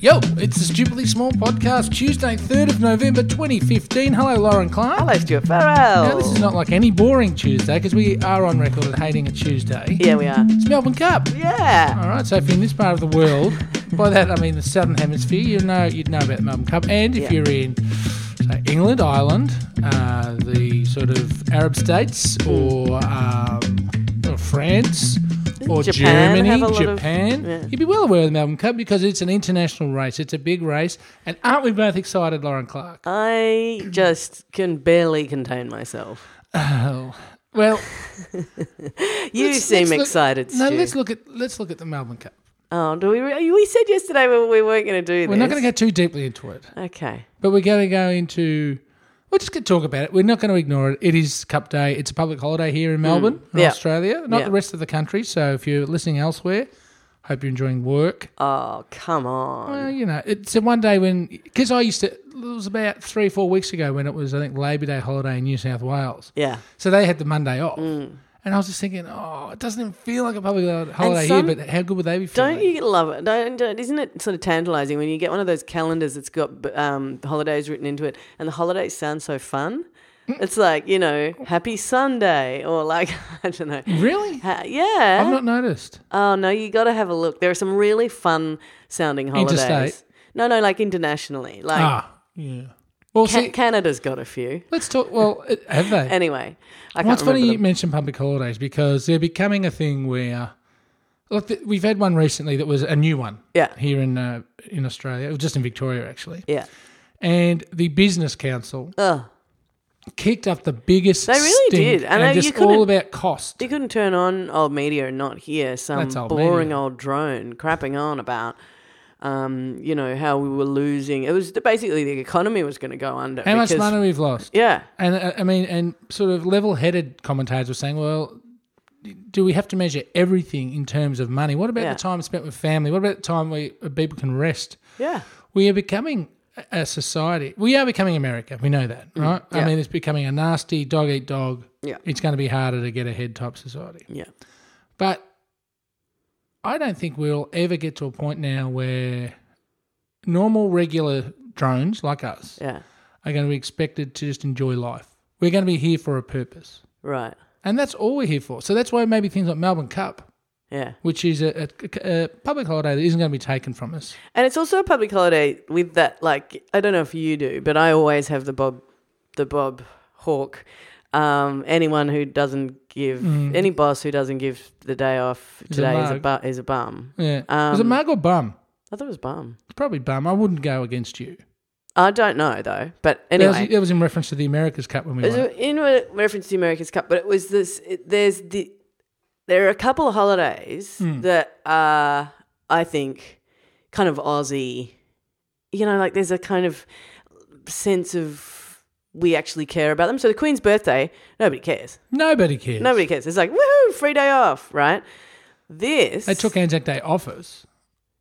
Yo, it's the Stupidly Small Podcast, Tuesday, 3rd of November 2015. Hello, Lauren Clark. Hello, Stuart Farrell. Now, this is not like any boring Tuesday because we are on record at hating a Tuesday. Yeah, we are. It's Melbourne Cup. Yeah. All right, so if you're in this part of the world, by that I mean the Southern Hemisphere, you know you'd know about the Melbourne Cup, and if Yeah. you're in say, England, Ireland, uh, the sort of Arab states, Mm. or, um, or France, or Japan have Germany, a lot of- Japan, yeah. you'd be well aware of the Melbourne Cup because it's an international race. It's a big race, and aren't we both excited, Lauren Clark? I just can barely contain myself. Oh, well, You let's- seem let's look- excited, No, Stu. let's look at let's look at the Melbourne Cup. oh, do we? Re- we said yesterday we, we weren't going to do this. We're not going to go too deeply into it. go. Okay. But we're going to go into. We're just going to talk about it. We're not going to ignore it. It is Cup Day. It's a public holiday here in Melbourne, in Mm. Yeah. Australia, not Yeah. the rest of the country. So if you're listening elsewhere, hope you're enjoying work. Oh, come on. Well, you know, it's a one day when because I used to. It was about three, four weeks ago when it was, I think, Labor Day holiday in New South Wales. Yeah. So they had the Monday off, Mm. and I was just thinking, oh, it doesn't even feel like a public holiday some- here. But how good would they be? Feeling? Don't you love it? Don't, don't, isn't it sort of tantalizing when you get one of those calendars that's got b- um, holidays written into it and the holidays sound so fun? Mm. It's like, you know, happy Sunday or like, I don't know. really? Ha- yeah. I've not noticed. Oh no, you got to have a look. There are some really fun sounding holidays. Interstate? No, no, like internationally. Like ah, yeah. Well, Ca- see, Canada's got a few. let's talk. Well, have they? Anyway, I can't What's remember funny you them. mention public holidays because they're becoming a thing where, look, th- we've had one recently that was a new one Yeah. here in uh, in Australia, or just in Victoria actually, Yeah. and the Business Council Ugh. kicked up the biggest. They really stink did. I and, know, you just couldn't- all about cost. You couldn't turn on old media and not hear some That's old boring media. old drone crapping on about, um, you know, how we were losing. It was basically the economy was going to go under. How much because- money we've lost? Yeah. And uh, I mean, and sort of level-headed commentators were saying, well. Do we have to measure everything in terms of money? What about Yeah. the time spent with family? What about the time where people can rest? Yeah. we are becoming a- a society. We are becoming America. We know that, right? I Mm. yeah. mean, it's becoming a nasty dog eat dog. Yeah. It's going to be harder to get ahead type society. Yeah. But I don't think we'll ever get to a point now where normal, regular drones like us Yeah. are going to be expected to just enjoy life. We're going to be here for a purpose. Right. And that's all we're here for. So that's why maybe things like Melbourne Cup, Yeah. which is a, a, a public holiday that isn't going to be taken from us. And it's also a public holiday with that, like, I don't know if you do, but I always have the Bob, the Bob Hawk. Um, anyone who doesn't give, any boss who doesn't give the day off Mm. a today is a, mug. bu- is a bum. Yeah. was it Um, mug or bum? I thought it was bum. Probably bum. I wouldn't go against you. I don't know though, but That was- anyway. that was, in reference to the America's Cup when we It was won. it. in re- reference to the America's Cup, but it was this. It, there's the there are a couple of holidays Hmm. that are, I think, kind of Aussie. You know, like there's a kind of sense of we actually care about them. So the Queen's birthday, nobody cares. Nobody cares. Nobody cares. It's like woohoo, free day off, right? This They took Anzac Day off us.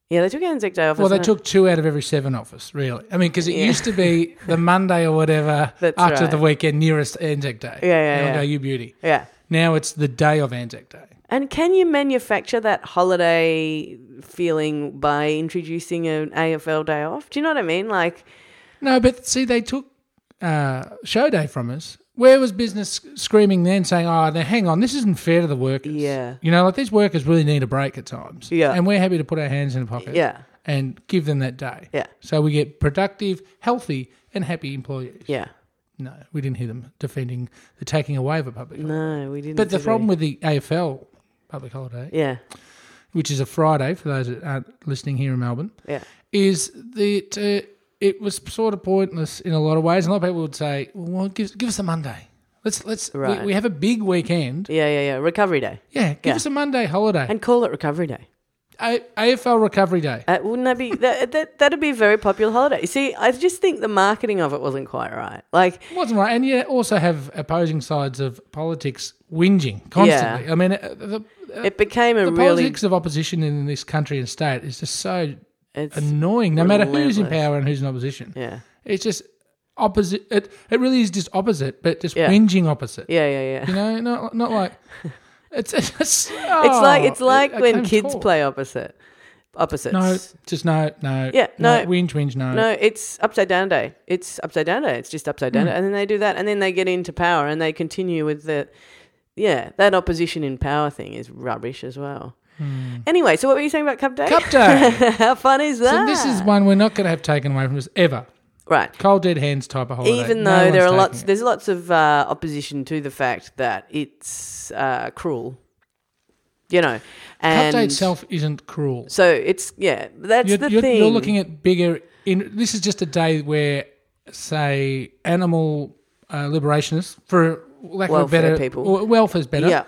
yeah, they took Anzac Day off. Well, they isn't it? took two out of every seven off us, really. I mean, because it Yeah. used to be the Monday or whatever That's after the right. weekend nearest Anzac Day. Yeah, yeah, And I yeah. go, you beauty. yeah. Now it's the day of Anzac Day. And can you manufacture that holiday feeling by introducing an AFL day off? Do you know what I mean? Like, No, but see, they took uh, show day from us. Where was business screaming then, saying, "Oh, now hang on, this isn't fair to the workers." Yeah. you know, like these workers really need a break at times. Yeah. and we're happy to put our hands in the pocket. yeah, and give them that day. Yeah. So we get productive, healthy, and happy employees. yeah. No, we didn't hear them defending the taking away of a public holiday. No, we didn't. But the did we? problem with the AFL public holiday, yeah, which is a Friday for those that aren't listening here in Melbourne, yeah, is that uh, it was sort of pointless in a lot of ways. And a lot of people would say, "Well, give, give us a Monday. Let's let's we- Right. we, have a big weekend. yeah, yeah, yeah. Recovery day, Yeah, give Yeah. us a Monday holiday. and call it recovery day. a, AFL Recovery Day. Uh, wouldn't that be that, that? That'd be a very popular holiday. You See, I just think the marketing of it wasn't quite right. Like, wasn't right. And you also have opposing sides of politics whinging constantly. I mean, uh, the, it became a the really. politics of opposition in this country and state is just so It's, annoying, no matter who's in relentless. power and who's in opposition. yeah, It's just opposite. It, it really is just opposite, but just Yeah. whinging opposite. yeah, yeah, yeah. You know, not, not like. It's, it's, It's like oh, it's like I when came kids tall. play opposite. opposites. No, just no, no. Yeah, no. Whinge, whinge, no. No, it's upside down day. It's upside down day. It's just upside Hmm. down. Day. And then they do that, and then they get into power, and they continue with the, yeah, that opposition in power thing is rubbish as well. Anyway, so what were you saying about Cup Day? Hmm. Cup Day. How fun is that? so this is one we're not going to have taken away from us ever. right. Cold dead hands type of holiday. Even No though there one's are lots, taking it. there's lots of uh, opposition to the fact that it's uh, cruel. You know, and Cup Day itself isn't cruel. so it's yeah, that's You're, the you're, thing. you're looking at bigger. In this is just a day where, say, animal uh, liberationists, for lack of a Welfare better, people. or welfare's better, yeah,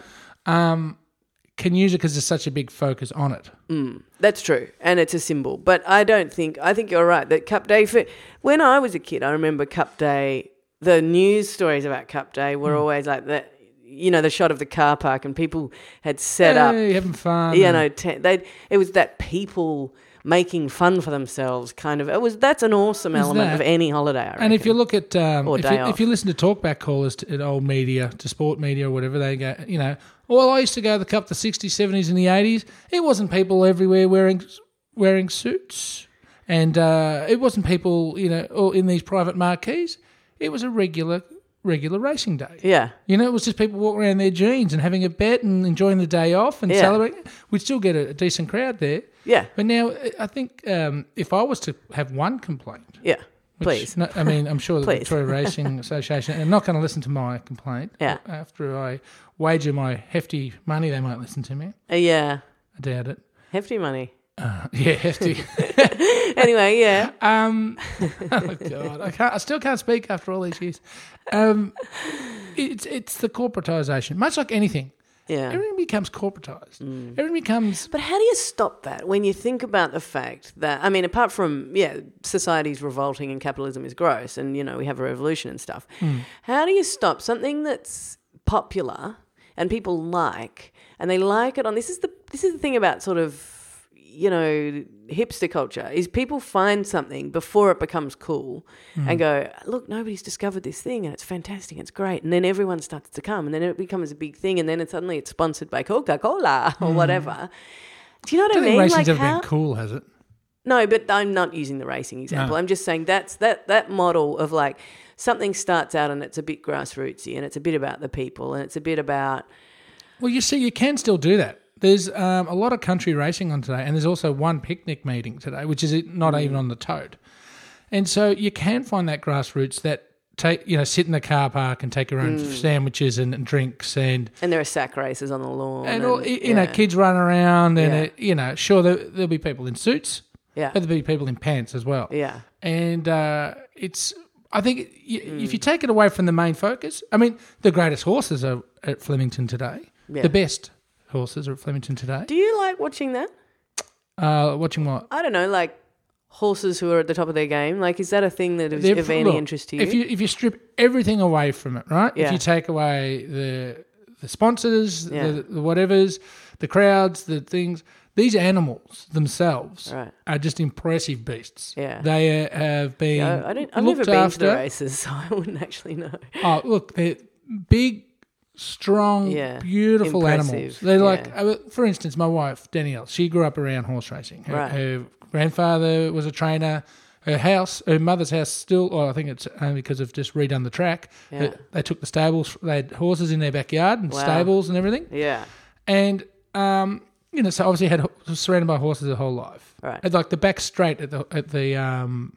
can use it because there's such a big focus on it. That's true, and it's a symbol. But I don't think I think you're right that Cup Day. For, when I was a kid, I remember Cup Day. The news stories about Cup Day were Hmm. always like that. You know, the shot of the car park and people had set up. Hey, having fun. You know, te- they it was that people making fun for themselves kind of. It was that's an awesome element that- of any holiday. I And if reckon. you look at um, Or if, day you, off. if you listen to talkback callers to, at old media to sport media or whatever they go, you know, well, I used to go to the cup the '60s, '70s, and the '80s. It wasn't people everywhere wearing wearing suits, and uh, it wasn't people you know or in these private marquees. It was a regular regular racing day. yeah, You know, it was just people walking around in their jeans and having a bet and enjoying the day off and Yeah. celebrating. We'd still get a, a decent crowd there. yeah, But now, I- I think um, if I was to have one complaint, yeah, which- please, no, I mean, I'm sure the Please. Victoria Racing Association are not going to listen to my complaint. Yeah. After I wager my hefty money, they might listen to me. Uh, yeah, I doubt it. hefty money. Uh, yeah, hefty. anyway, yeah, um, oh God, I can't. I still can't speak after all these years. Um, it's it's the corporatisation, much like anything. yeah. Mm. Everything becomes corporatised. Everything becomes But how do you stop that when you think about the fact that, I mean, apart from, yeah, society's revolting and capitalism is gross and, you know, we have a revolution and stuff, how do you stop something that's popular and people like and they like it on this is the this is the thing about sort of you know hipster culture is people find something before it becomes cool and go look nobody's discovered this thing and it's fantastic it's great and then everyone starts to come and then it becomes a big thing and then it suddenly it's sponsored by Coca-Cola or whatever do you know I what I, don't think mean? racing's Like ever how? been cool, has it? No, but I'm not using the racing example. No. I'm just saying that's that that model of like something starts out and it's a bit grassrootsy and it's a bit about the people and it's a bit about Well, you see, you can still do that. There's um, a lot of country racing on today, and there's also one picnic meeting today, which is not Mm. even on the tote. And so you can find that grassroots that take you know sit in the car park and take your own Mm. sandwiches and, and drinks and and there are sack races on the lawn and all, you yeah, know kids run around and Yeah. uh, you know sure there, there'll be people in suits, yeah but there'll be people in pants as well. yeah And uh, it's I think y if Mm. you take it away from the main focus, I mean the greatest horses are at Flemington today. Yeah. The best horses are at Flemington today. Do you like watching that? Uh, watching what? I don't know, like horses who are at the top of their game. Like, is that a thing that is They're- of any look, interest to you? If you if you strip everything away from it, right? Yeah. If you take away the the sponsors, Yeah. the, the whatevers, the crowds, the things. These animals themselves Right. are just impressive beasts. Yeah. They uh, have been. Yeah, I don't. I've looked never been after. to the races, so I wouldn't actually know. Oh, look, they're big, strong, Yeah. beautiful Impressive. animals. They're Yeah. like, uh, for instance, my wife, Danielle, she grew up around horse racing. Her, Right. her grandfather was a trainer. Her house, her mother's house, still, well, I think it's only because of just redone the track. Yeah. Uh, They took the stables, they had horses in their backyard and Wow. stables and everything. Yeah, And, um, you know, so obviously had was surrounded by horses her whole life. Right. And like the back straight at the at the um,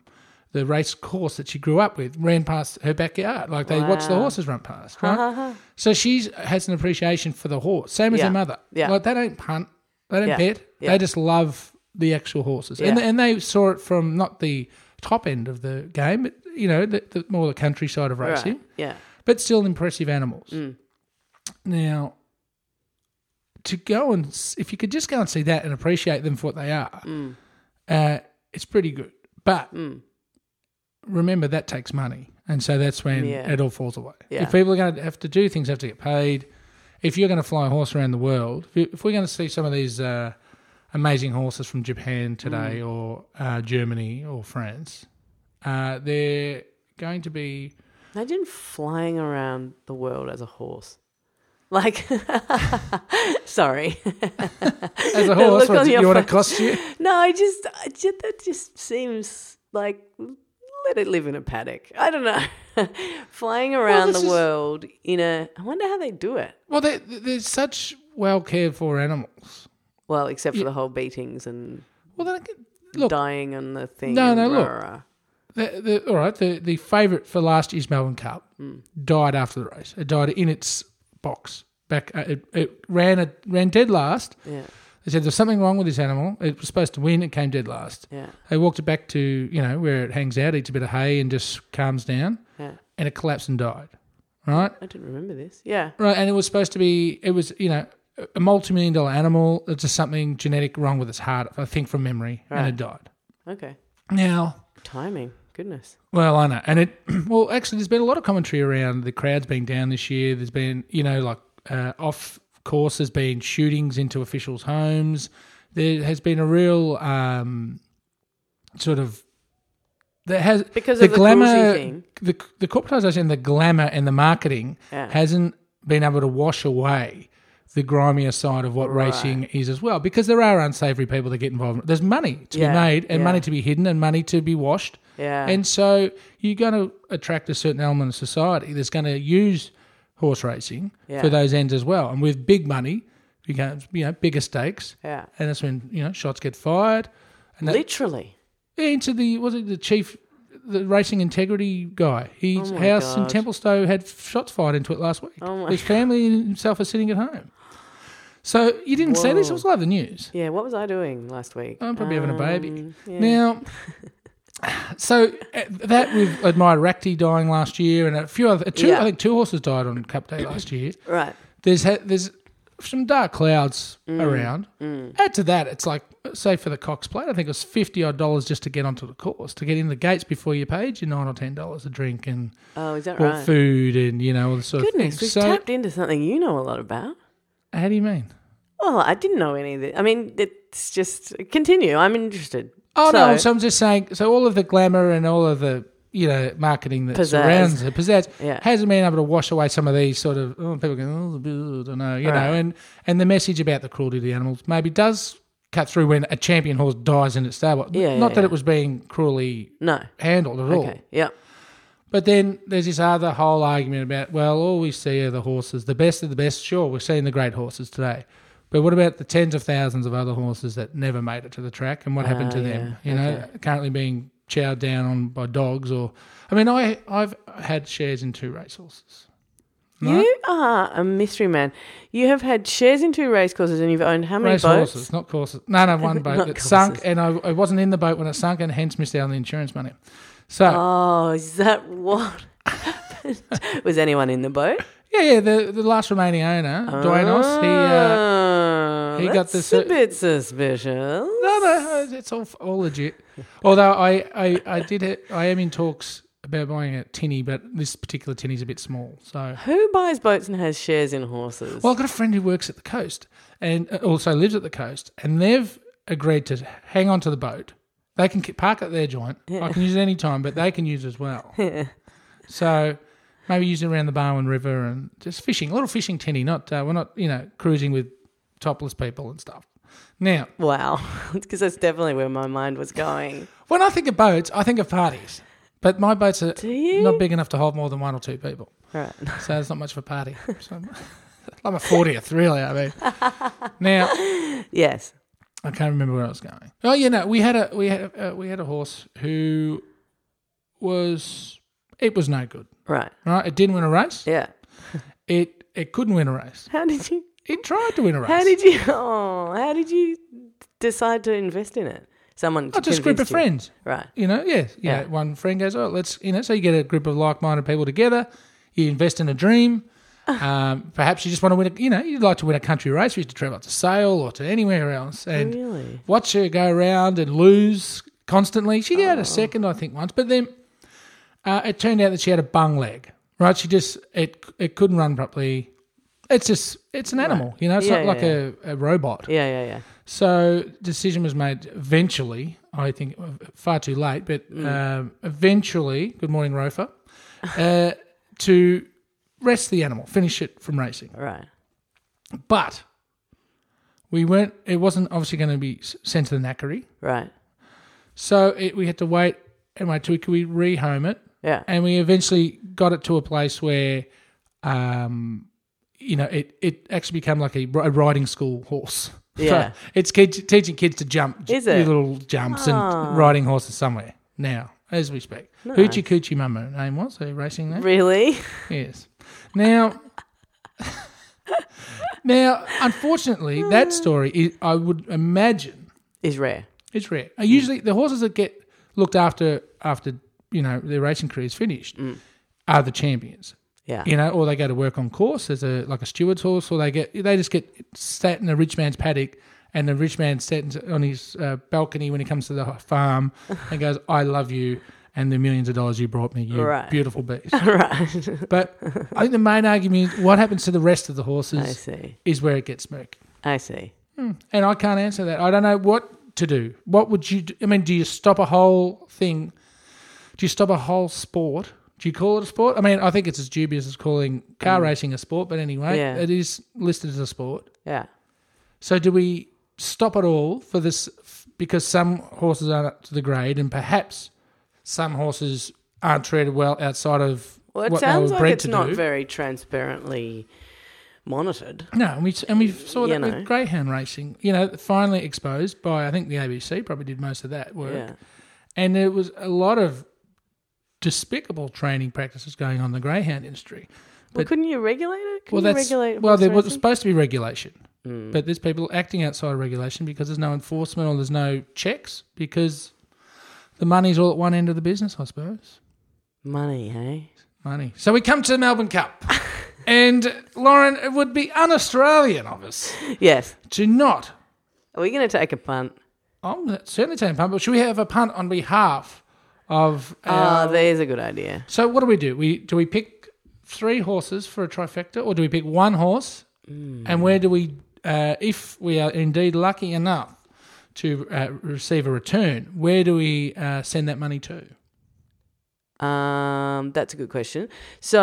the race course that she grew up with ran past her backyard. Like they watched the Wow. horses run past, right? so she has an appreciation for the horse, same as Yeah. her mother. Yeah. Like they don't punt, they don't Yeah. pet, Yeah. they just love the actual horses. And Yeah. and they saw it from not the top end of the game, but you know, the, the more the countryside of right. racing Yeah, but still impressive animals. Mm. Now, to go and s- if you could just go and see that and appreciate them for what they are, Mm. uh, it's pretty good. But remember that takes money, and so that's when Yeah. it all falls away. Yeah. If people are going to have to do things, have to get paid. If you're going to fly a horse around the world, if, you, if we're going to see some of these uh, amazing horses from Japan today, Mm. or uh, Germany, or France, uh, they're going to be imagine flying around the world as a horse. Like, sorry. As a The horse, look what, on do your you want to face. cost you? No, I just, I just that just seems like let it live in a paddock. I don't know. Flying around this the is- world in a. I wonder how they do it. Well, they they're such well cared for animals. Well, except for the whole beatings and Well, then, again, look, dying on the thing. No, and no, look. rah-rah. the, the, all right, the, the favourite for last year's Melbourne Cup Hmm. died after the race. It died in its box. Back, uh, it, it ran a, ran dead last. Yeah, They said there's something wrong with this animal. It was supposed to win. It came dead last. yeah, They walked it back to you know where it hangs out, eats a bit of hay, and just calms down. yeah. And it collapsed and died. Right. I didn't remember this. Yeah, Right, and it was supposed to be. It was you know a multi-million dollar animal. It's just something genetic wrong with its heart, I think, from memory, and it died. okay. Now, Timing. Goodness. well, I know, and it. Well, actually, there's been a lot of commentary around the crowds being down this year. There's been you know like uh, off course. There's been shootings into officials' homes. There has been a real um, sort of. There has Because the of the glamour, cruelty thing. the the corporatization, the glamour, and the marketing Yeah. hasn't been able to wash away the grimier side of what racing is as well. Because there are unsavory people that get involved. There's money to Yeah, be made, and yeah. money to be hidden, and money to be washed. Yeah. And so you're going to attract a certain element of society that's going to use horse racing Yeah. for those ends as well. And with big money becomes you know bigger stakes, yeah. and that's when you know shots get fired. And that, Literally. into the was it the chief, the racing integrity guy. His Oh my house in God. Templestowe had shots fired into it last week. Oh my His family and himself are sitting at home. So you didn't see this? It Whoa. was live the news. Yeah. What was I doing last week? I'm probably having a baby. Um, yeah. Now, so uh, that we've admired Racti dying last year, and a few other two. Yeah. I think two horses died on Cup Day last year. Right. There's ha- there's some dark clouds Mm. around. Add to that, it's like say for the Cox Plate, I think it was fifty odd dollars just to get onto the course, to get in the gates before you paid you nine or ten dollars a drink and Oh, is that bought right? food and you know all the sort of Goodness, things. we've So tapped into something you know a lot about. how do you mean? Well, I didn't know any of it. I mean, it's just continue. I'm interested. Oh so, no! So I'm just saying. So all of the glamour and all of the you know marketing that Pizzazz. surrounds it, pizzazz, Yeah. hasn't been able to wash away some of these sort of oh, people going oh I don't know you know Right. and and the message about the cruelty of the animals maybe does cut through when a champion horse dies in its stable. Yeah, Not yeah, that yeah. it was being cruelly no. handled at all. Okay. Yep. But then there's this other whole argument about, well, all we see are the horses, the best of the best. Sure, we're seeing the great horses today. But what about the tens of thousands of other horses that never made it to the track and what happened Ah, to them? You know, currently being chowed down on by dogs or. I mean, I, I've had shares in two race horses. Right? You are a mystery man. You have had shares in two race courses and you've owned how many Race boats? horses, not courses. No, no, one boat Not that sunk courses. and I, I wasn't in the boat when it sunk and hence missed out on the insurance money. So, Oh, is that what? Was anyone in the boat? yeah, yeah, the, the last remaining owner, Dionysus, he. Uh, Oh, he got that's the cer- a bit suspicious. No, no, uh, it's all, all legit. Although I, I, I did it, I am in talks about buying a tinny, but this particular tinny's a bit small. So, Who buys boats and has shares in horses? well, I've got a friend who works at the coast and uh, also lives at the coast, and they've agreed to hang on to the boat. They can ki- park at their joint. I can use it any time, but they can use it as well. So maybe use it around the Barwon River and just fishing, a little fishing tinny. Not uh, we're not you know cruising with topless people and stuff. Now, wow, because that's definitely where my mind was going. When I think of boats, I think of parties. But my boats are you? not big enough to hold more than one or two people. Right. So it's not much of a party. So I'm, I'm a 40th, really, I mean. Now, Yes. I can't remember where I was going. Oh, yeah, no, we had a, we had a, uh, we had a horse who was, it was no good, Right. right? It didn't win a race. Yeah. It, it couldn't win a race. How did you? It tried to win a race. How did you? Oh, how did you decide to invest in it? Someone. not Oh, just a group of convinced you. friends. Right. You know, yeah, yeah. Yeah. One friend goes, "Oh, let's," you know. So you get a group of like-minded people together. You invest in a dream. Um, perhaps you just want to win. A, you know, you'd like to win a country race. You used to travel up to Sale or to anywhere else, and Really. watch her go around and lose constantly. She Oh. got a second, I think, once, but then uh, it turned out that she had a bung leg. Right? She just it it couldn't run properly. It's just it's an animal, you know. It's not Yeah, yeah, like a, a robot. Yeah. Yeah. Yeah. So decision was made eventually. I think uh, far too late, but um, eventually. Good morning, Rofa. Uh, to rest the animal, finish it from racing. Right. But we weren't. It wasn't obviously going to be s- sent to the knackery, Right. so it, we had to wait and wait till we could we rehome it, Yeah. and we eventually got it to a place where, um, you know, it it actually became like a, ri- a riding school horse. Yeah. it's kids, teaching kids to jump, Is do it? little jumps Ah. and riding horses somewhere now as we speak. Hoochie Coochie Mummo name was her racing name. Really? Yes. Now, now, unfortunately, Ah. that story is, I would imagine Is rare. is rare. Uh, Usually, the horses that get looked after after you know their racing career is finished are the champions. Yeah. You know, or they go to work on course as a like a steward's horse, or they get they just get sat in a rich man's paddock. And the rich man sits on his uh, balcony when he comes to the farm and goes, "I love you and the millions of dollars you brought me, you Right. beautiful beast." right. But I think the main argument is what happens to the rest of the I horses see. is where it gets murky. I see. And I can't answer that. I don't know what to do. What would you do? I mean, do you stop a whole thing? Do you stop a whole sport? Do you call it a sport? I mean, I think it's as dubious as calling car racing a sport, but anyway, Mm. Yeah. it is listed as a sport. Yeah. So do we stop it all for this f- because some horses aren't up to the grade and perhaps some horses aren't treated well outside of Well, it what they sounds were like bred it's to not do? very transparently monitored. No, and we and we saw You that know. with greyhound racing. You know, finally exposed by I think the ABC probably did most of that work, Yeah. and there was a lot of despicable training practices going on in the greyhound industry. Well, But- couldn't you regulate it? Couldn't well, you that's regulate well, horse there was racing? supposed to be regulation, but there's people acting outside of regulation because there's no enforcement or there's no checks because the money's all at one end of the business, I suppose. money, hey? Money. So we come to the Melbourne Cup, and Lauren, it would be un-Australian of us Yes. to not Are we going to take a punt? I'm certainly taking a punt, but should we have a punt on behalf of? Ah, Our... there's a good idea. so what do we do? We do we pick three horses for a trifecta, or do we pick one horse? Hmm. And where do we, uh, if we are indeed lucky enough to uh, receive a return, where do we uh, send that money to? Um, that's a good question. So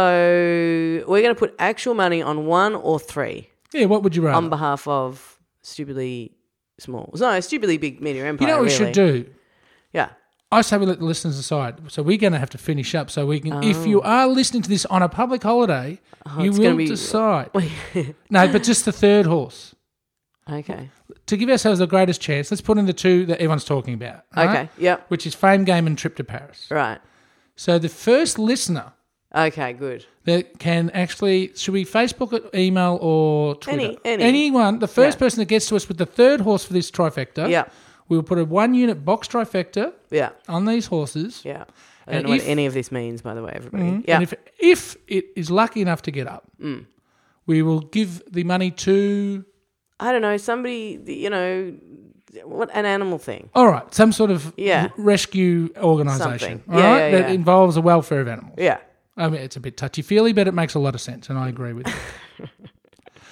we're going to put actual money on one or three Yeah, what would you rather? on behalf of stupidly small, no, stupidly big media empire. you know what we should really. do. Yeah, I say we let the listeners decide. So we're going to have to finish up. So we can, if you are listening to this on a public holiday, you Oh. it's gonna will be- decide. no, but just the third horse. okay, to give ourselves the greatest chance, let's put in the two that everyone's talking about. right? okay, yep, Which is Fame Game and Trip to Paris. right, So the first listener okay, good. that can actually, should we Facebook it, email or Twitter? Any- any. Anyone, the first Yeah. person that gets to us with the third horse for this trifecta, Yeah. we'll put a one unit box trifecta Yeah, on these horses. yeah. I don't And know what if- Mm-hmm. any of this means, by the way, everybody. And Yeah, Mm. if, if it is lucky enough to get up, we will give the money to, I don't know somebody. You know, what an animal thing. all right, some sort of Yeah. rescue organisation. Something. all right, Yeah, yeah, That yeah. involves the welfare of animals. Yeah, I mean, it's a bit touchy feely, but it makes a lot of sense, and I agree with you.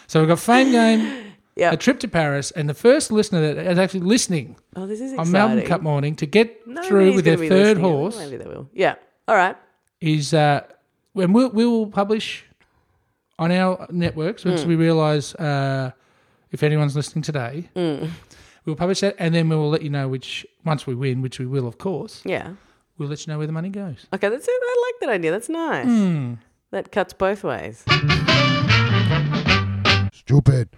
so we've got Fame Game, yeah. a trip to Paris, and the first listener that is actually listening oh, this is on exciting. Melbourne Cup morning to get Nobody's through with their gonna be third listening. horse Maybe they will. Yeah. All right. is uh, when we'll, we will publish on our networks once Hmm. we realise uh, if anyone's listening today. Hmm. We'll publish that, and then we will let you know which once we win, which we will, of course. Yeah. We'll let you know where the money goes. Okay, that's it. I like that idea. That's nice. Hmm. That cuts both ways. Stupid.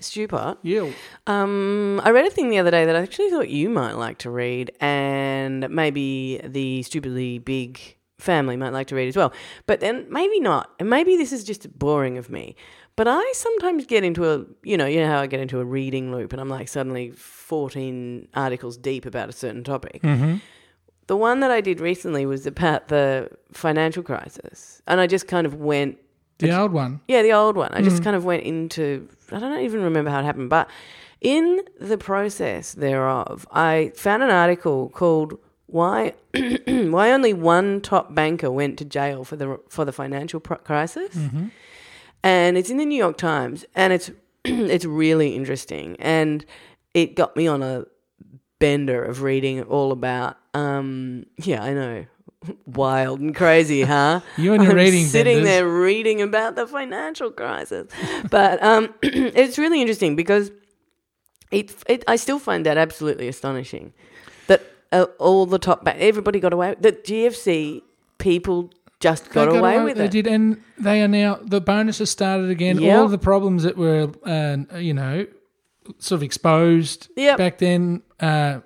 Stupid. Yeah. Um, I read a thing the other day that I actually thought you might like to read, and maybe the stupidly big family might like to read as well. But then maybe not, and maybe this is just boring of me. But I sometimes get into a, you know, you know how I get into a reading loop, and I'm like suddenly 14 articles deep about a certain topic. Mm-hmm. The one that I did recently was about the financial crisis, and I just kind of went The old one. yeah, the old one. I just kind of went into, I don't even remember how it happened, but in the process thereof, I found an article called why why only one top banker went to jail for the for the financial Pro- crisis and it's in the New York Times, and it's it's really interesting, and it got me on a bender of reading all about. Um, yeah, I know. wild and crazy, huh? You and your I'm reading sitting vendors. there reading about the financial crisis, but um, it's really interesting because it, it. I still find that absolutely astonishing that uh, all the top bank, everybody got away. The GFC people just got, They away, with they it. did, and they are now the bonuses started again. Yep. All of the problems that were, uh, you know, sort of exposed Yep. back then. Uh,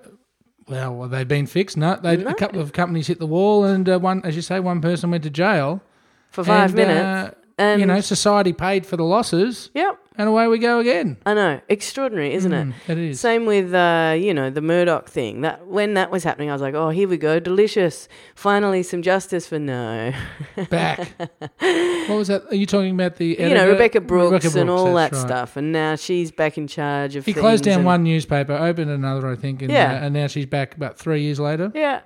well, have they been fixed? No, they a couple of companies hit the wall, and uh, one, as you say, one person went to jail. for five And, uh, minutes, and you know, society paid for the losses, yep. and away we go again. I know, extraordinary, isn't it? Mm, it is. Same with uh, you know the Murdoch thing. That when that was happening, I was like, oh, here we go, delicious. Finally, some justice for no. Back. what was that? Are you talking about the you know editor? Rebecca Brooks, and all that that's right. stuff, and now she's back in charge of. He closed things down and- one newspaper, opened another, I think, and, Yeah. uh, and now she's back about three years later. Yeah,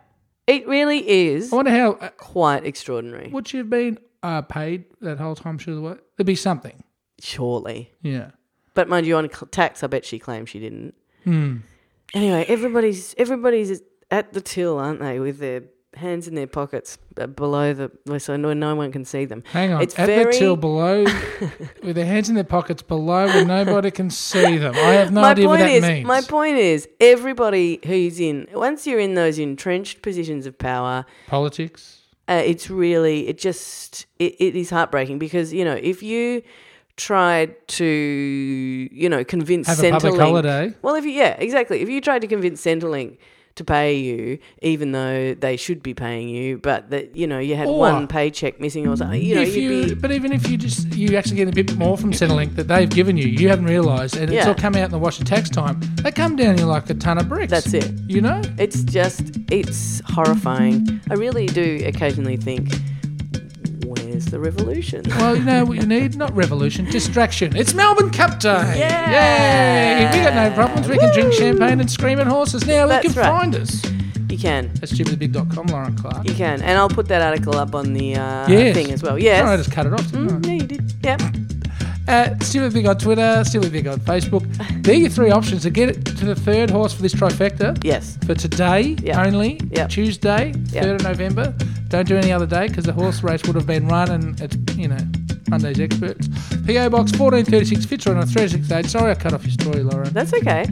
it really is I wonder how uh, quite extraordinary. would you have been uh, paid that whole time? Sure, what there'd be something. Surely, Yeah, but mind you, on cl- tax, I bet she claims she didn't. Hmm. Anyway, everybody's everybody's at the till, aren't they, with their hands in their pockets uh, below the so no, no one can see them. hang on. It's At very- the till below, with their hands in their pockets below, where nobody can see them. I have no idea what that is, means. My point is, everybody who's in once you're in those entrenched positions of power, Politics. uh, it's really it just it, it is heartbreaking because you know if you tried to you know convince Have a Centrelink, public holiday. well, if you yeah exactly if you tried to convince Centrelink to pay you, even though they should be paying you, but that you know you had Or- one paycheck missing or something, you know if you'd you, be but even if you just you actually get a bit more from Centrelink that they've given you, you haven't realised, and it's Yeah. all come out in the wash of tax time. They come down you like a ton of bricks. That's it. You know. It's just, it's horrifying. I really do occasionally think, where's the revolution? Well, you know what you need? Not revolution, distraction. It's Melbourne Cup Day! Yeah. Yay! We got no problems. We can drink Woo. champagne and scream at horses. Now That's you can right. find us You can, at stupidbig.com, Lauren Clark. you can. And I'll put that article up on the uh, Yes. thing as well. Yes. Sorry, I just cut it off. didn't I? Mm, yeah, you did. Yep. Uh, Stupid Big on Twitter, Stupid Big on Facebook. They're your three options to get it to the third horse for this trifecta. Yes. For today Yeah. only, Yeah. Tuesday, Yeah. 3rd of November. Don't do any other day because the horse race would have been run and it's, you know, Monday's experts. PO Box 1436 Fitzroy on 368. Sorry I cut off your story, Lauren. That's okay.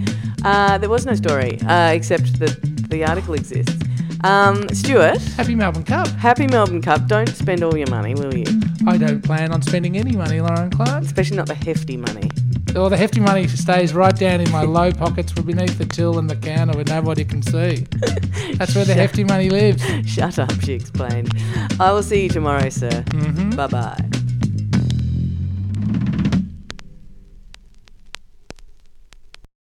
Uh, there was no story, uh, except that the article exists. Um, Stuart, Happy Melbourne Cup. happy Melbourne Cup. Don't spend all your money, will you? I don't plan on spending any money, Lauren Clark. Especially not the hefty money. All the hefty money stays right down in my low pockets from beneath the till and the counter where nobody can see. That's where the hefty money lives. Shut up, she explained. I will see you tomorrow, sir. Bye bye.